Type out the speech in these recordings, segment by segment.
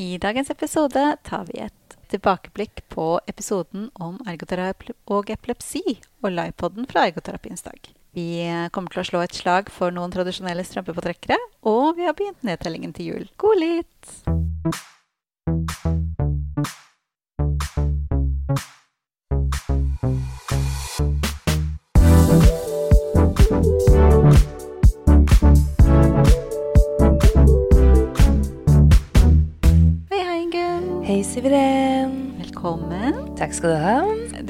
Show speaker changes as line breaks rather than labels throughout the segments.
I dagens episode tar vi et tilbakeblikk på episoden om ergoterapi og epilepsi og livepodden fra Ergoterapiens dag. Vi kommer til å slå et slag for noen tradisjonelle strømpepåtrekkere, og vi har begynt nedtellingen til jul. God litt! Hei, hei, Ingunn.
Hei, Siveren.
Velkommen.
Takk skal du ha.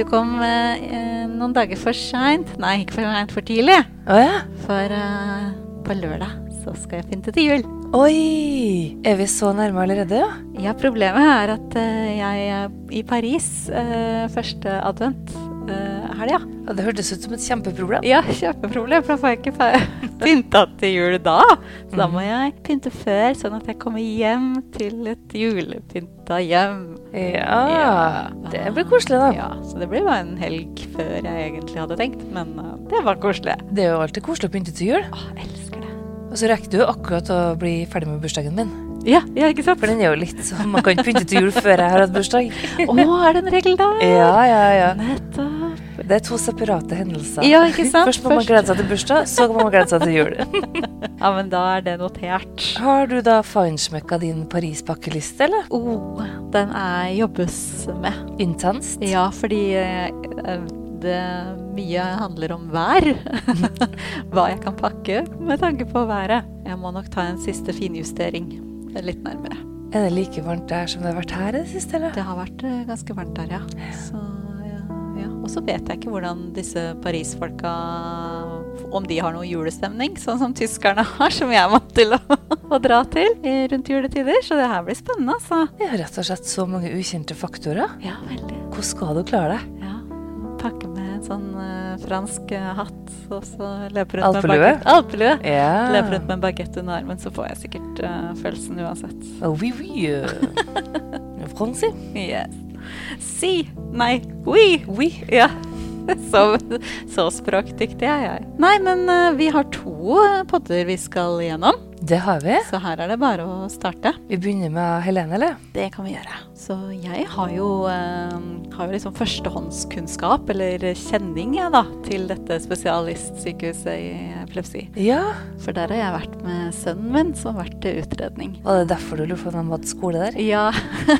Du kom eh, noen dager for seint. Nei, ikke for seint, for tidlig.
Å ja.
For eh, på lørdag så skal jeg pynte til jul.
Oi! Er vi så nærme allerede, ja?
Ja, problemet er at eh, jeg er i Paris eh, første advent eh, helga.
Ja, Det hørtes ut som et kjempeproblem.
Ja, kjempeproblem, for da får jeg ikke fe- pynta til jul da. Så da må
Mhm.
jeg pynte før, sånn at jeg kommer hjem til et julepynta hjem.
Ja. Det blir koselig, da.
Ja, så det blir bare en helg før jeg egentlig hadde tenkt, men eh, det var koselig.
Det er jo alltid koselig å pynte til jul.
Å, jeg elsker det.
Og så rekker du jo akkurat å bli ferdig med bursdagen min.
Ja, ja ikke sant?
For den er jo litt sånn Man kan ikke pynte til jul før jeg har hatt bursdag.
Å, er det en regel der?
Ja, ja, ja.
Nettopp.
Det er to separate hendelser.
Ja, ikke sant?
Først må man glede seg til bursdag, så må man glede seg til jul.
Ja, men da er det notert.
Har du da feinschmecka din Paris-pakkeliste, eller?
Oh, den er jobbes med.
Intenst?
Ja, fordi eh, det mye handler om vær. Hva jeg kan pakke med tanke på været. Jeg må nok ta en siste finjustering litt nærmere.
Er det like varmt der som det har vært her i det siste, eller?
Det har vært eh, ganske varmt der, ja. Så, ja, ja. Og så vet jeg ikke hvordan disse Paris-folka Om de har noe julestemning, sånn som tyskerne har, som jeg er vant til å, å dra til eh, rundt juletider. Så det her blir spennende, altså.
Det er rett og slett så mange ukjente faktorer.
Ja, veldig.
Hvordan skal du klare deg?
Ja. Pakke med en sånn eh, fransk eh, hatt og så løpe rundt med
Alpelue? Ah.
en bagett. Alpelue.
Ja.
Løpe rundt med en bagett under armen, så får jeg sikkert eh, følelsen uansett.
Oui, oui. euh. Fransi?
Yes. Si. Nei. Oui.
Oui.
Ja. Så, så språkdyktig er jeg. Nei, men eh, vi har to eh, podder vi skal gjennom,
Det har vi.
så her er det bare å starte.
Vi begynner med Helene, eller?
Det kan vi gjøre. Så jeg har jo, eh, har jo liksom førstehåndskunnskap, eller kjenning, jeg, da, til dette spesialistsykehuset i epilepsi.
Ja.
For der har jeg vært med sønnen min, som har vært til utredning.
Var det derfor du lurte på om de hadde skole der?
Ja,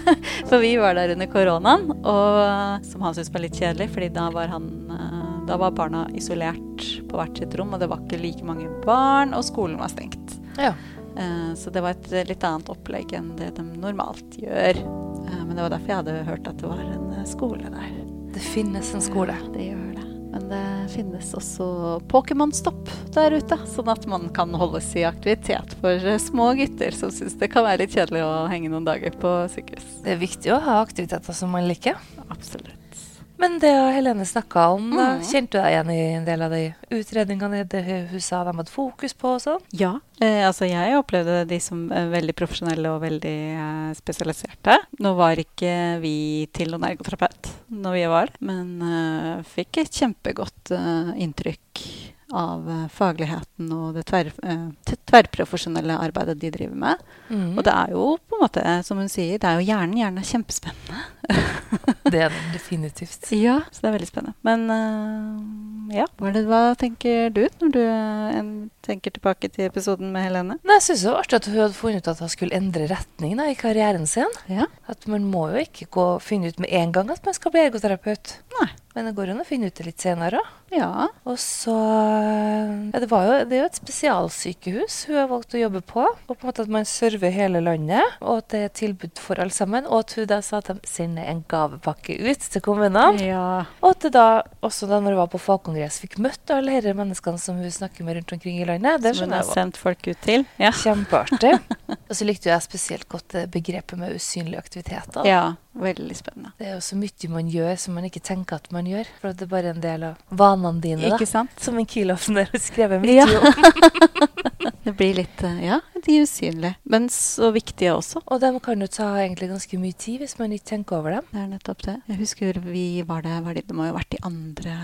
for vi var der under koronaen, og eh, som han syntes var litt kjedelig, fordi da var han eh, da var barna isolert på hvert sitt rom, og det var ikke like mange barn, og skolen var stengt.
Ja.
Eh, Så det var et litt annet opplegg enn det de normalt gjør. Eh, Men det var derfor jeg hadde hørt at det var en eh, skole der.
Det finnes en skole.
Ja, det gjør det. Men det finnes også Pokémon-stopp der ute, sånn at man kan holdes i aktivitet for eh, små gutter som syns det kan være litt kjedelig å henge noen dager på sykehus.
Det er viktig å ha aktiviteter som man liker.
Absolutt.
Men det Helene snakka om, da,
Mm.
kjente du deg igjen i en del av de utredningene i det hun sa de hadde fokus på og sånn?
Ja. Eh, altså jeg opplevde de som eh, veldig profesjonelle og veldig eh, spesialiserte. Nå var ikke vi til noen ergoterapeut når vi var, men eh, fikk et kjempegodt eh, inntrykk av eh, fagligheten og det tverr, eh, t- tverrprofesjonelle arbeidet de driver med.
Mm.
Og det er jo på en måte, eh, som hun sier, det er jo hjernen. Hjernen er kjempespennende.
Det er den definitivt.
Ja, så det er veldig spennende. Men eh, ja, hva, er det, hva tenker du når du eh, en- tenker tilbake til episoden med Helene?
Nei, Jeg syns det var artig at hun hadde funnet ut at hun skulle endre retning da, i karrieren sin.
Ja.
At man må jo ikke gå og finne ut med en gang at man skal bli ergoterapeut.
Nei.
Men det går an å finne ut det litt senere. også.
Ja.
Og så eh, ja, det, var jo, det er jo et spesialsykehus hun har valgt å jobbe på. Og på en måte at man server hele landet, og at det er et tilbud for alle sammen. Og at hun da sa at de sender en gavepakke ut til kommunene.
Ja.
Og at det da, også da når hun var på fagkongress, fikk møtt alle disse menneskene som hun snakker med rundt omkring i landet. Det
Som hun
skjønner
har
jeg jo.
sendt folk ut til. Ja.
Kjempeartig. Og så likte jeg spesielt godt det begrepet med usynlige aktiviteter.
ja. Veldig spennende.
Det er jo så mye man gjør som man ikke tenker at man gjør. For at det er bare en del av vanene dine, da.
Ikke sant?
Som en kilofner har skrevet mye
Ja.
om.
Det blir litt eh, Ja, de usynlige. Men så viktige også.
Og de kan jo ta egentlig ganske mye tid hvis man ikke tenker over dem.
Det er nettopp det. Jeg husker vi var der var det, det må jo ha vært det andre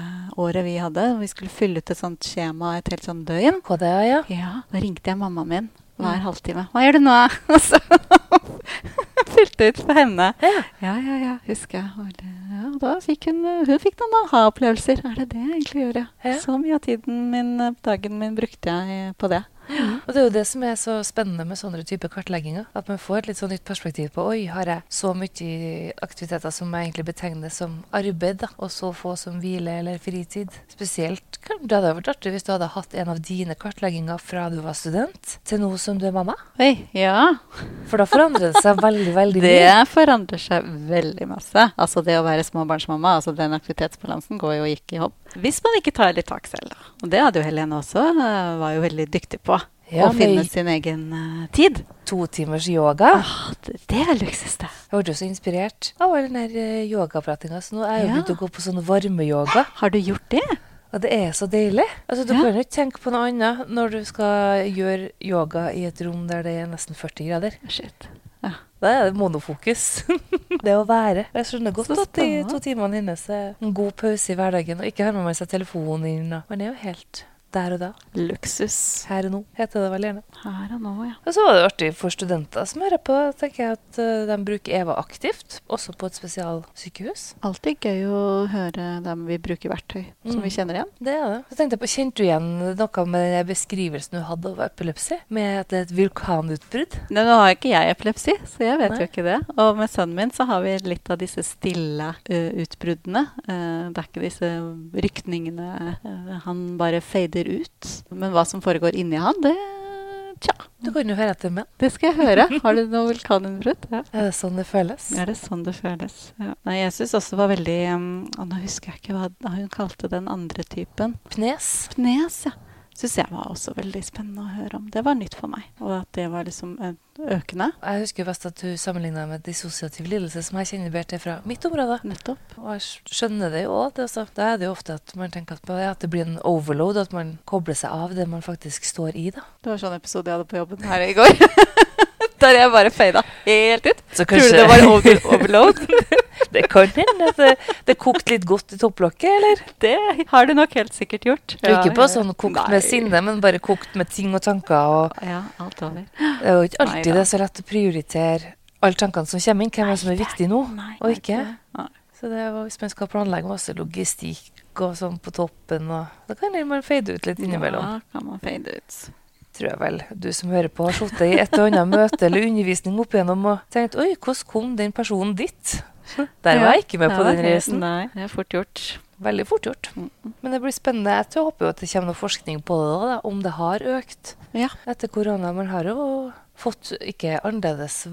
året vi hadde. og Vi skulle fylle ut et sånt skjema et helt sånn døgn.
KDA, ja.
Ja, Da ringte jeg mammaen min hver
Mm.
halvtime. 'Hva gjør du nå?' Og så skyldte ut for henne.
Ja.
Ja, ja, ja, husker jeg. Og det- Ja, da fikk hun, eh, hun fikk noen aha-opplevelser. Er det det jeg egentlig gjorde?
Ja.
Så mye av tiden min, eh, dagen min brukte jeg på det.
Og det er jo det som er så spennende med sånne typer kartlegginger. At man får et litt sånn nytt perspektiv på Oi, har jeg så mye aktiviteter som jeg egentlig betegner som arbeid, da, og så få som hvile eller fritid? Spesielt kan- Det hadde vært artig hvis du hadde hatt en av dine kartlegginger fra du var student, til nå som du er mamma.
Oi, ja.
For da forandrer det seg veldig, veldig mye.
Det forandrer seg veldig masse. Altså det å være småbarnsmamma, altså den aktivitetsbalansen går jo ikke i hopp. Hvis man ikke tar litt tak selv, da. Og det hadde jo Helene også, eh, var jo veldig dyktig på.
Ja,
å finne
med
sin egen eh, tid.
to timers yoga.
Ah, det det er luksus, det.
Jeg ble jo så inspirert av all den der eh, yogapratinga, så nå er jeg jo
Ja.
begynt å gå på sånn varmeyoga.
Har du gjort det?
Og det er så deilig. Altså, Du
Ja.
kan jo ikke tenke på noe annet når du skal gjøre yoga i et rom der det er nesten 40 grader.
Shit.
Da er det monofokus. det å være. Jeg skjønner godt
Så
at de
spennende.
to timene inne så er en god pause i hverdagen, og ikke har med seg telefonen inn. og- Man er jo helt der og da.
Luksus.
Her og nå, heter det vel gjerne.
Her og nå, ja.
Og så var det artig for studenter som hører på, tenker jeg at eh, de bruker EVA aktivt, også på et spesialsykehus.
Alltid gøy å høre dem vi bruker verktøy som
Mm.
vi kjenner igjen.
Det er det. Så tenkte jeg på, Kjente du igjen noe med den beskrivelsen du hadde over epilepsi? Med at det er et vulkanutbrudd?
Nei, nå har ikke jeg epilepsi, så jeg vet
Nei.
jo ikke det. Og med sønnen min så har vi litt av disse stille ø, utbruddene. Eh, det er ikke disse rykningene eh, Han bare fader ut. Men hva som foregår inni han, det Tja.
Du kan jo høre etter menn.
Det skal jeg høre. Har du noe vulkanutbrudd? Ja.
Er det sånn det føles?
Er det sånn det føles? Ja. Nei, jeg syns også var veldig um, og Nå husker jeg ikke hva hun kalte den andre typen.
Pnes.
Nes, ja. Syns jeg var også veldig spennende å høre om. Det var nytt for meg. Og at det var liksom eh, økende.
Jeg husker best at du sammenligna med dissosiativ lidelse, som jeg kjenner bedre til fra mitt område.
Nettopp.
Og jeg skjønner det jo òg. Altså. Da er det jo ofte at man tenker at, at det blir en overload, at man kobler seg av det man faktisk står i. da.
Det var sånn episode jeg hadde på jobben her i går. Der jeg bare fada helt ut.
Så
Tror du det var over overload?
det kan hende at det, det kokte litt godt i topplokket, eller?
Det har du nok helt sikkert gjort.
Du er
Ja,
ikke
ja,
på
ja.
sånn kokt med
Nei.
sinne, men bare kokt med ting og tanker. og...
Ja, alt over.
Det er jo ikke alltid
Neida.
det er så lett å prioritere alle tankene som kommer inn, hvem er det som er
Nei, det er
viktig nå.
Nei,
Og
det er
ikke?
det. Nei.
Så det er, jo hvis man skal planlegge masse logistikk og sånn på toppen, og da kan det man fade ut litt innimellom.
Da kan man fade ut.
Tror jeg vel du som hører på har sittet i et og annet møte eller undervisning opp igjennom og tenkt oi, hvordan kom den personen dit? Der var jeg ikke med
Det
på
var
den
helt-
reisen.
Nei, det er fort gjort.
Veldig fort gjort.
Mm.
Men det blir spennende. Jeg tror- håper jo at det kommer noe forskning på det, da, da, om det har økt.
Ja.
Etter korona, man har jo fått ikke annerledes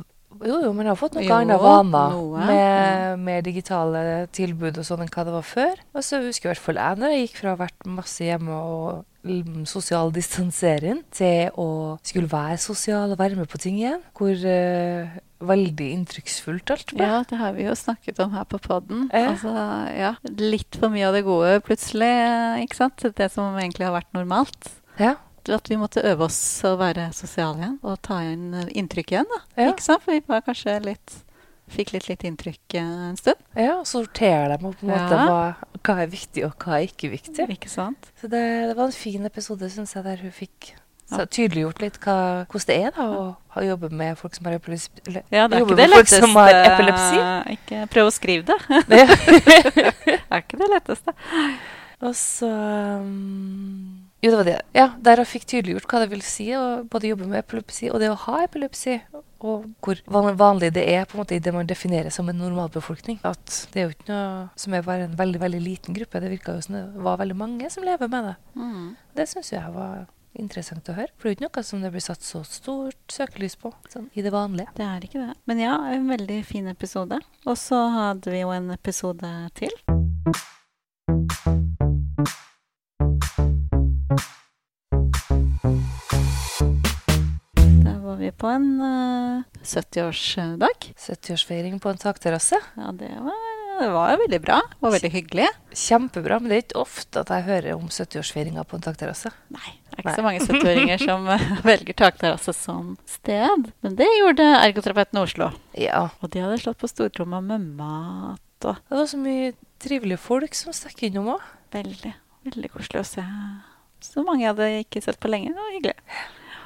Jo, jo, man har fått noen
Jo,
andre vaner
noe, Mm.
med mer digitale tilbud og sånn enn hva det var før. Og så husker jeg i hvert fall jeg når jeg gikk fra å ha vært masse hjemme og mm, sosial distansering til å skulle være sosial og være med på ting igjen. Hvor eh, veldig inntrykksfullt alt ble.
Ja, det har vi jo snakket om her på poden.
Ja.
Altså, ja, litt for mye av det gode plutselig, eh, ikke sant? Det som egentlig har vært normalt.
Ja.
At vi måtte øve oss å være sosiale igjen og ta inn eh, inntrykk igjen. da.
Ja.
Ikke sant? For vi var kanskje litt Fikk litt litt inntrykk eh, en stund.
Ja, og sortere dem og på en måte hva,
Ja.
hva er viktig og hva er ikke viktig.
Ikke sant?
Så det, det var en fin episode, syns jeg, der hun fikk så tydeliggjort litt hva, hvordan det er da, å ha jobbe med folk som har epilepsi. eller-
Ja, det er
jobbe
ikke det
med folk
letteste.
som har epilepsi.
Ikke prøv å skrive det. det er ikke det letteste.
Og så um, Jo, det var det. Ja, der hun fikk tydeliggjort hva det vil si å både jobbe med epilepsi og det å ha epilepsi. Og hvor van- vanlig det er på en måte i det man definerer som en normalbefolkning. At det er jo ikke noe som er bare en veldig veldig liten gruppe. Det virka jo som det var veldig mange som lever med det.
Mm.
Det syns jeg var interessant å høre. For det er jo ikke noe som det blir satt så stort søkelys på sånn, i det vanlige.
Det er ikke det. Men ja, en veldig fin episode. Og så hadde vi jo en episode til. Der var vi på en eh, 70-årsdag.
70-årsfeiring på en takterrasse.
Ja, det var, det var veldig bra. Det var veldig hyggelig.
Kjempebra, men det er ikke ofte at jeg hører om 70-årsfeiringa på en takterrasse.
Nei, det er ikke så mange 70-åringer som eh, velger takterrasse som sted. Men det gjorde ergoterapeuten i Oslo.
Ja.
Og de hadde slått på stortromma med mat og
Det var så mye trivelige folk som stakk innom òg.
Veldig, veldig koselig å se så mange jeg hadde ikke sett på lenge. Det var hyggelig.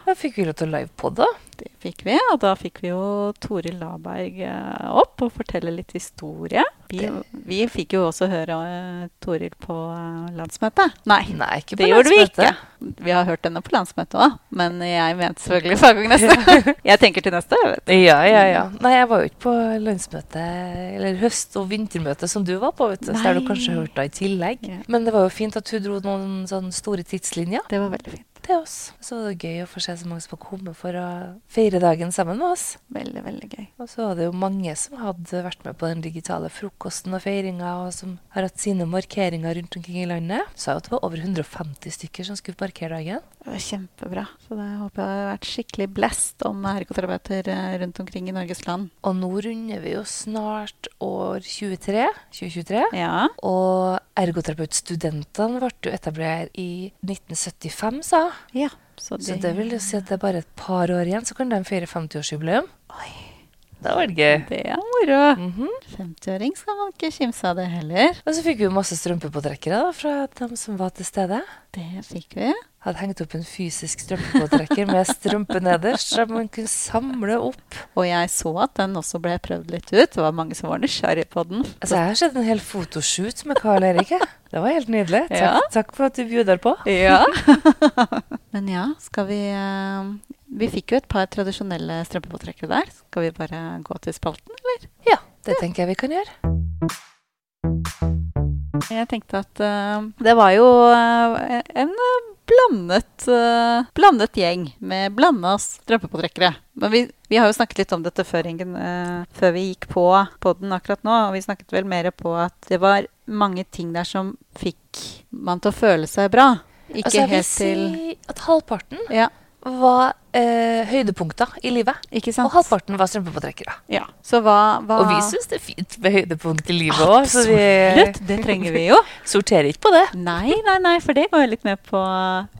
Da fikk vi lov til å livepodde.
Det fikk vi, og da fikk vi jo Toril Laberg eh, opp og fortelle litt historie. Vi,
Det-
vi fikk jo også høre eh, Toril på eh, landsmøtet. Nei,
Nei, ikke på
det gjorde vi ikke.
landsmøtet.
Vi har hørt henne på landsmøtet òg, men jeg mente selvfølgelig faggang neste. Jeg tenker til neste, jeg vet.
Ja, ja, ja. Nei, jeg var jo ikke på landsmøtet, eller høst- og vintermøtet som du var på, vet du. Så har du
Nei.
kanskje hørt det i tillegg.
Ja.
Men det var jo fint at hun dro noen sånne store tidslinjer
Det var veldig fint.
til oss. Så var det gøy å få se så mange som har kommet for å feire dagen sammen med oss.
Veldig, veldig gøy.
Og så var det jo mange som hadde vært med på den digitale frokosten og feiringa, og som har hatt sine markeringer rundt omkring i landet. Sa jo at det var over 150 stykker som skulle markere dagen.
Det var kjempebra. Så det håper jeg har vært skikkelig blest om ergoterapeuter eh, rundt omkring i Norges land.
Og nå runder vi jo snart år 23, 2023.
Ja.
Og ergoterapeutstudentene ble jo etablert i 1975, sa hun.
ja. Så
Så det vil jo si at det er bare et par år igjen, så kan de feire 50-årsjubileum.
Oi,
Det var gøy.
det er moro. 50-åring skal man ikke kimse av det heller.
Mhm. Og så fikk vi jo masse strømpepåtrekkere da, fra dem som var til stede.
Det fikk vi.
Hadde hengt opp en fysisk strømpepåtrekker med strømpe nederst, så man kunne samle opp.
Og jeg så at den også ble prøvd litt ut. Det var mange som var nysgjerrig på den.
Altså, jeg har sett en hel fotoshoot med Karl Erik. jeg. Det var helt nydelig. Takk,
Ja.
takk for at du bjuder på.
Ja. Men ja, skal vi eh, Vi fikk jo et par tradisjonelle strømpepåtrekkere der. Skal vi bare gå til spalten, eller?
Ja, det tenker jeg vi kan gjøre.
Jeg tenkte at eh, det var jo eh, en eh, blandet, eh, blandet gjeng med blanda strømpepåtrekkere. Men vi, vi har jo snakket litt om dette før, Ingen, eh, før vi gikk på podden akkurat nå. Og vi snakket vel mer på at det var mange ting der som fikk man til å føle seg bra. Ikke
Altså, jeg vil
helt til
si at halvparten
Ja,
var eh, høydepunkter i livet.
ikke
Og
sant?
halvparten var strømpepåtrekkere.
Ja. Så hva, hva
Og vi syns det er fint med høydepunkt i livet òg, så vi
Absolutt, det trenger vi jo.
sorterer ikke på det.
Nei, nei, nei, for det går jo litt med på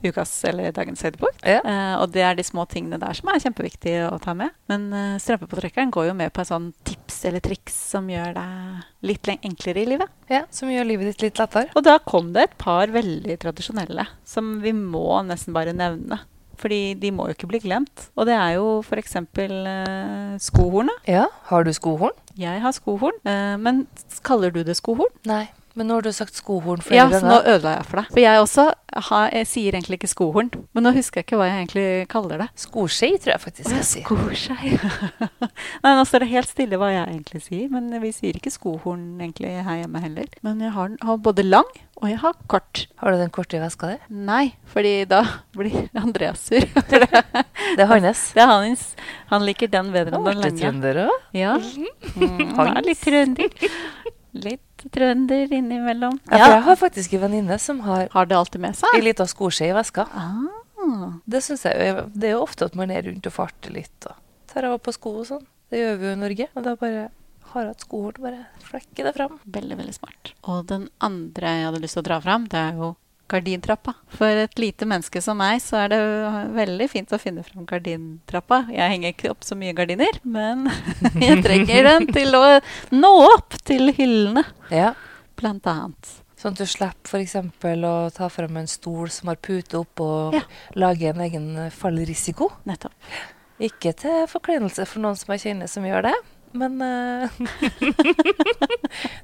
ukas eller dagens høydepunkt.
Ja.
Eh, og det er de små tingene der som er kjempeviktige å ta med. Men uh, strømpepåtrekkeren går jo med på et sånn tips eller triks som gjør deg litt leng- enklere i livet.
Ja, Som gjør livet ditt litt lettere.
Og da kom det et par veldig tradisjonelle som vi må nesten bare nevne. Fordi de må jo ikke bli glemt. Og det er jo f.eks. Uh, skohornet.
Ja, Har du skohorn?
Jeg har skohorn, eh, men kaller du det skohorn?
Nei. Men nå har du sagt skohorn flere
Ja, så nå
ganger.
ødela jeg for deg. For jeg også har, jeg sier egentlig ikke skohorn. Men nå husker jeg ikke hva jeg egentlig kaller det.
Skoskje, tror jeg faktisk jeg sier.
Skoskei. Nei, nå står det helt stille hva jeg egentlig sier. Men vi sier ikke skohorn egentlig her hjemme heller. Men jeg har, den- har både lang og jeg har kort.
Har du den korte i veska di?
Nei, fordi da blir Andreas sur. For det,
Det er hans.
det er hans. Han liker den bedre enn den
Artig
lange.
trønder òg.
Ja. Mm, han er litt trønder. Litt trønder innimellom.
Ja, for jeg
Ja.
har faktisk en venninne som har
Har det alltid med seg?
ei lita skoskje i veska.
Ah.
Det synes jeg jo- Det er jo ofte at man er rundt og farter litt og tar av på sko og sånn. Det gjør vi jo i Norge. Og da bare har jeg hatt skohorn, bare flekker det fram.
Veldig, veldig smart. Og den andre jeg hadde lyst til å dra fram, det er jo gardintrappa. For et lite menneske som meg, så er det veldig fint å finne fram gardintrappa. Jeg henger ikke opp så mye gardiner, men jeg trenger den til å nå opp til hyllene,
Ja.
blant annet.
Sånn at du slipper f.eks. å ta fram en stol som har pute opp, og
Ja.
lage en egen fallrisiko.
Nettopp.
Ikke til forkleinelse for noen som jeg kjenner som gjør det, men eh,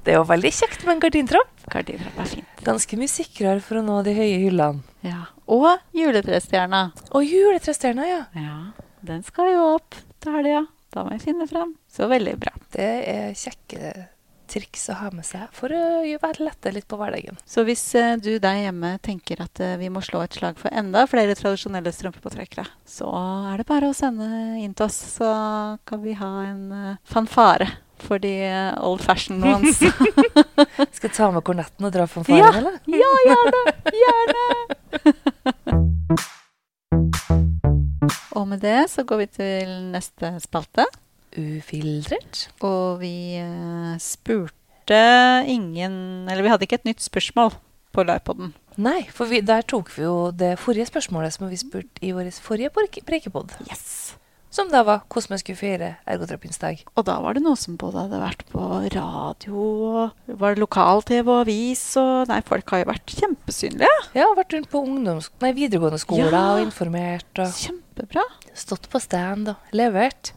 Det er jo veldig kjekt med en gardintrapp.
Gardintrappa er fin.
Ganske mye sikrere for å nå de høye hyllene.
Ja. Og juletrestjerna.
Og juletrestjerna, ja.
Ja, den skal jo opp til helga. Da må jeg finne fram. Så veldig bra.
Det er kjekke triks å ha med seg for å gjøre- være lette litt på hverdagen.
Så hvis eh, du der hjemme tenker at eh, vi må slå et slag for enda flere tradisjonelle strømpepåtrekkere, så er det bare å sende inn til oss, så kan vi ha en eh, fanfare for de eh, old fashioned ones.
Skal jeg ta med kornetten og dra for faren,
Ja.
eller?
ja, gjerne! Gjerne! Og med det så går vi til neste spalte.
Ufiltrert.
Og vi eh, spurte ingen Eller vi hadde ikke et nytt spørsmål på livepoden.
Nei, for vi, der tok vi jo det forrige spørsmålet som vi spurte i vår forrige pork- prekepod,
Yes.
som da var hvordan vi skulle feire ergoterapiens dag.
Og da var det noe som både hadde vært på radio, og var det lokal-TV og avis og Nei, folk har jo vært kjempesynlige.
Ja, vært rundt på ungdoms... Nei, videregående skoler
Ja.
og informert og
Kjempebra.
Stått på stand og levert.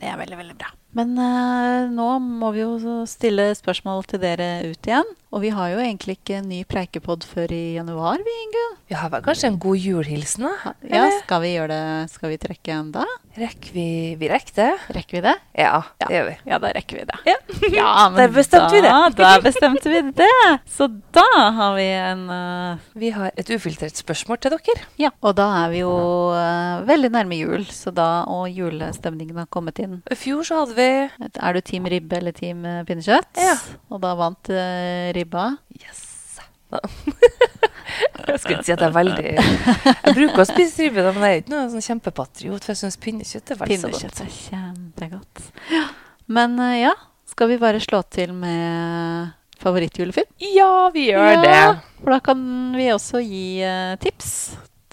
Det er veldig, veldig bra. Men eh, nå må vi jo stille spørsmål til dere ut igjen. Og vi har jo egentlig ikke en ny preikepod før i januar, vi, Ingunn.
Vi har vel kanskje en god julhilsen, da?
Ja,
Eller?
skal vi gjøre det? Skal vi trekke en da?
Rekker vi Vi rekker det?
Rekker vi det?
Ja,
Ja.
det gjør vi.
Ja, da rekker vi det.
Ja.
Ja, men
Der bestemte vi det.
da, da bestemte vi det. Så da har vi en eh,
Vi har et ufiltrert spørsmål til dere.
Ja, og da er vi jo eh, veldig nærme jul, så da og julestemningen har kommet inn.
I fjor så hadde vi
Er du team ribbe eller team eh, pinnekjøtt?
Ja.
Og da vant eh, ribba.
Yes! Jeg skulle ikke si at jeg er veldig Jeg bruker å spise ribbe, da, men jeg er ikke noe sånn kjempepatriot, for jeg syns pinnekjøtt er vel så godt.
Pinnekjøtt er kjempegodt. Men eh, ja, skal vi bare slå til med favorittjulefilm?
Ja, vi gjør
Ja,
det.
For da kan vi også gi eh, tips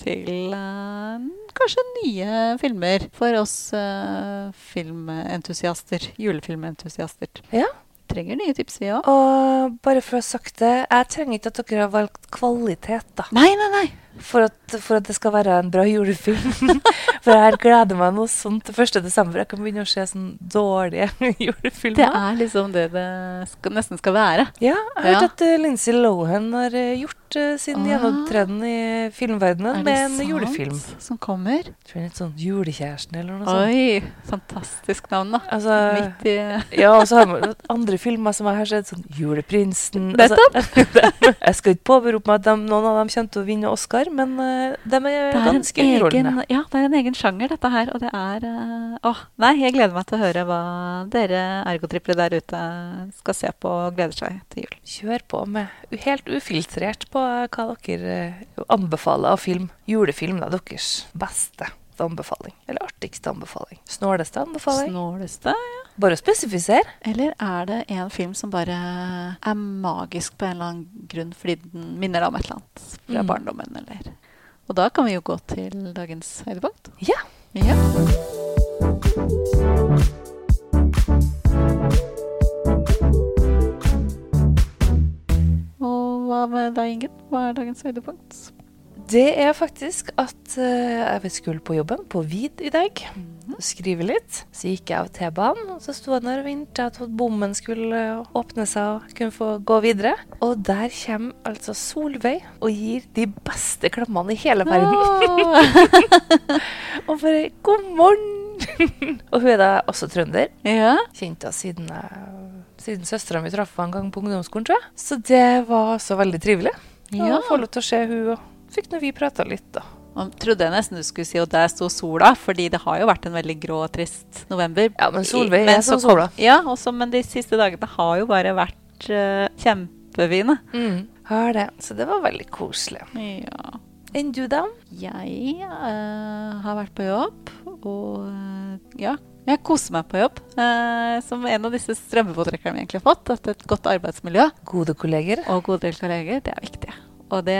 til eh, kanskje nye filmer for oss eh, filmentusiaster. Julefilmentusiaster.
Ja.
Trenger nye tips, vi òg.
Og bare for å ha sagt det, jeg trenger ikke at dere har valgt kvalitet, da.
Nei, nei, nei!
For at, for at det skal være en bra julefilm. For jeg gleder meg noe sånt til 1. desember. Jeg kan begynne å se sånn dårlige
Det
julefilmer.
er liksom det det skal, nesten skal være.
Ja, jeg har
Ja.
hørt at eh, Lindsay Lohan har eh, gjort eh, sin
Ah.
gjennomtreden i filmverdenen
er
med
det
en julefilm.
som kommer?
Tror jeg er litt sånn Julekjæresten eller noe sånt.
Oi! Fantastisk navn, da.
Altså,
Midt i
ja, og så har man andre filmer som jeg har sett, sånn Juleprinsen altså, Jeg skal ikke påberope meg at dem- noen av dem kommer til å vinne Oscar, men eh, de er,
Det er, en
ganske underholdende.
egen, ja, det er en egen sjanger, dette her. Og det er eh, Åh, nei, jeg gleder meg til å høre hva dere ergotrippere der ute skal se på og gleder seg til jul.
Kjør på med u- helt ufiltrert på hva dere eh, anbefaler av film. Julefilm er deres beste anbefaling. Eller artigste anbefaling. Snåleste anbefaling.
Snåleste? ja.
Bare å spesifisere.
Eller er det en film som bare er magisk på en eller annen grunn fordi den minner deg om et eller annet fra
Mm.
barndommen, eller Og da kan vi jo gå til dagens høydepunkt.
Ja.
Ja. Og hva med deg, Ingunn? Hva er dagens høydepunkt?
Det er faktisk at eh, jeg skulle på jobben, på VID i dag. Skrive litt. Så gikk jeg av T-banen, og så sto jeg der og venta at bommen skulle eh, åpne seg og kunne få gå videre. Og der kommer altså Solveig og gir de beste klammene i hele
Ah.
verden. Og bare 'god morgen'. og hun er da også trønder.
ja.
Kjent henne siden, jeg- siden søstera mi traff henne en gang på ungdomsskolen, tror jeg. Så det var også veldig trivelig.
Ja.
Å få lov til å se hun og Fikk nå vi prata litt, da.
Man trodde jeg nesten du skulle si 'og der sto sola', fordi det har jo vært en veldig grå og trist november.
Ja, men Solveig
I-
er
så
sånn som sola.
kom- Ja, også, men de siste dagene har jo bare vært eh, kjempefine.
Mm. Har det. Så det var veldig koselig.
Ja.
Enn du, da?
Jeg eh, har vært på jobb, og eh, ja, jeg koser meg på jobb. eh, som en av disse strømpepåtrekkerne vi egentlig har fått. At et godt arbeidsmiljø
Gode kolleger.
og gode del kolleger, det er viktig. Og det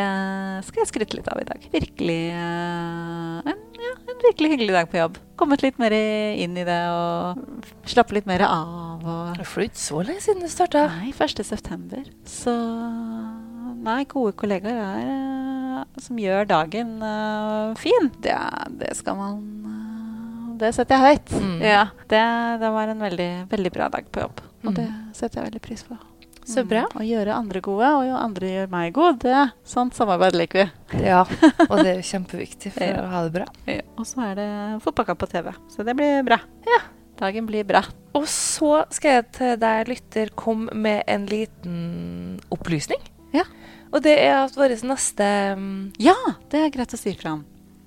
skal jeg skryte litt av i dag. Virkelig eh, en, ja, en virkelig hyggelig dag på jobb. Kommet litt mer i- inn i det og slappe litt mer av. Og,
Det er ikke så lenge siden du starta.
nei, 1. september. Så nei, gode kollegaer er eh, som gjør dagen eh, fin. Det, er- det skal man eh, Det setter jeg høyt.
Mm.
Ja, det, det var en veldig, veldig bra dag på jobb. Og
Mm.
det setter jeg veldig pris på.
Så bra.
Mm, Å gjøre andre gode, og jo andre gjør meg god, det sånt samarbeid liker vi.
Ja, og det er jo kjempeviktig for
Ja.
å ha det bra.
Og så er det fotballkamp på TV, så det blir bra.
Ja.
Dagen blir bra.
Og så skal jeg til deg lytter komme med en liten opplysning.
Ja.
Og det er at vår neste mm,
Ja, det er greit å si fra om.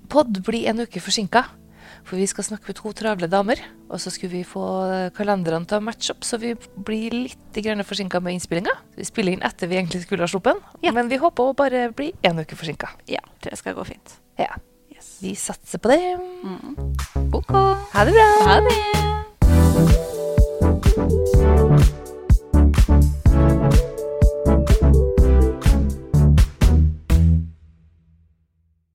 podd blir en uke forsinka. For vi skal snakke med to travle damer. Og så skulle vi få kalenderne til å matche opp, så vi blir litt forsinka med innspillinga. Vi spiller inn etter vi egentlig skulle ha sluppet den,
Ja.
men vi håper å bare bli én uke forsinka.
Ja, det skal gå fint.
Ja.
Yes.
Vi satser på det.
Mm.
Ha det bra.
Ha det!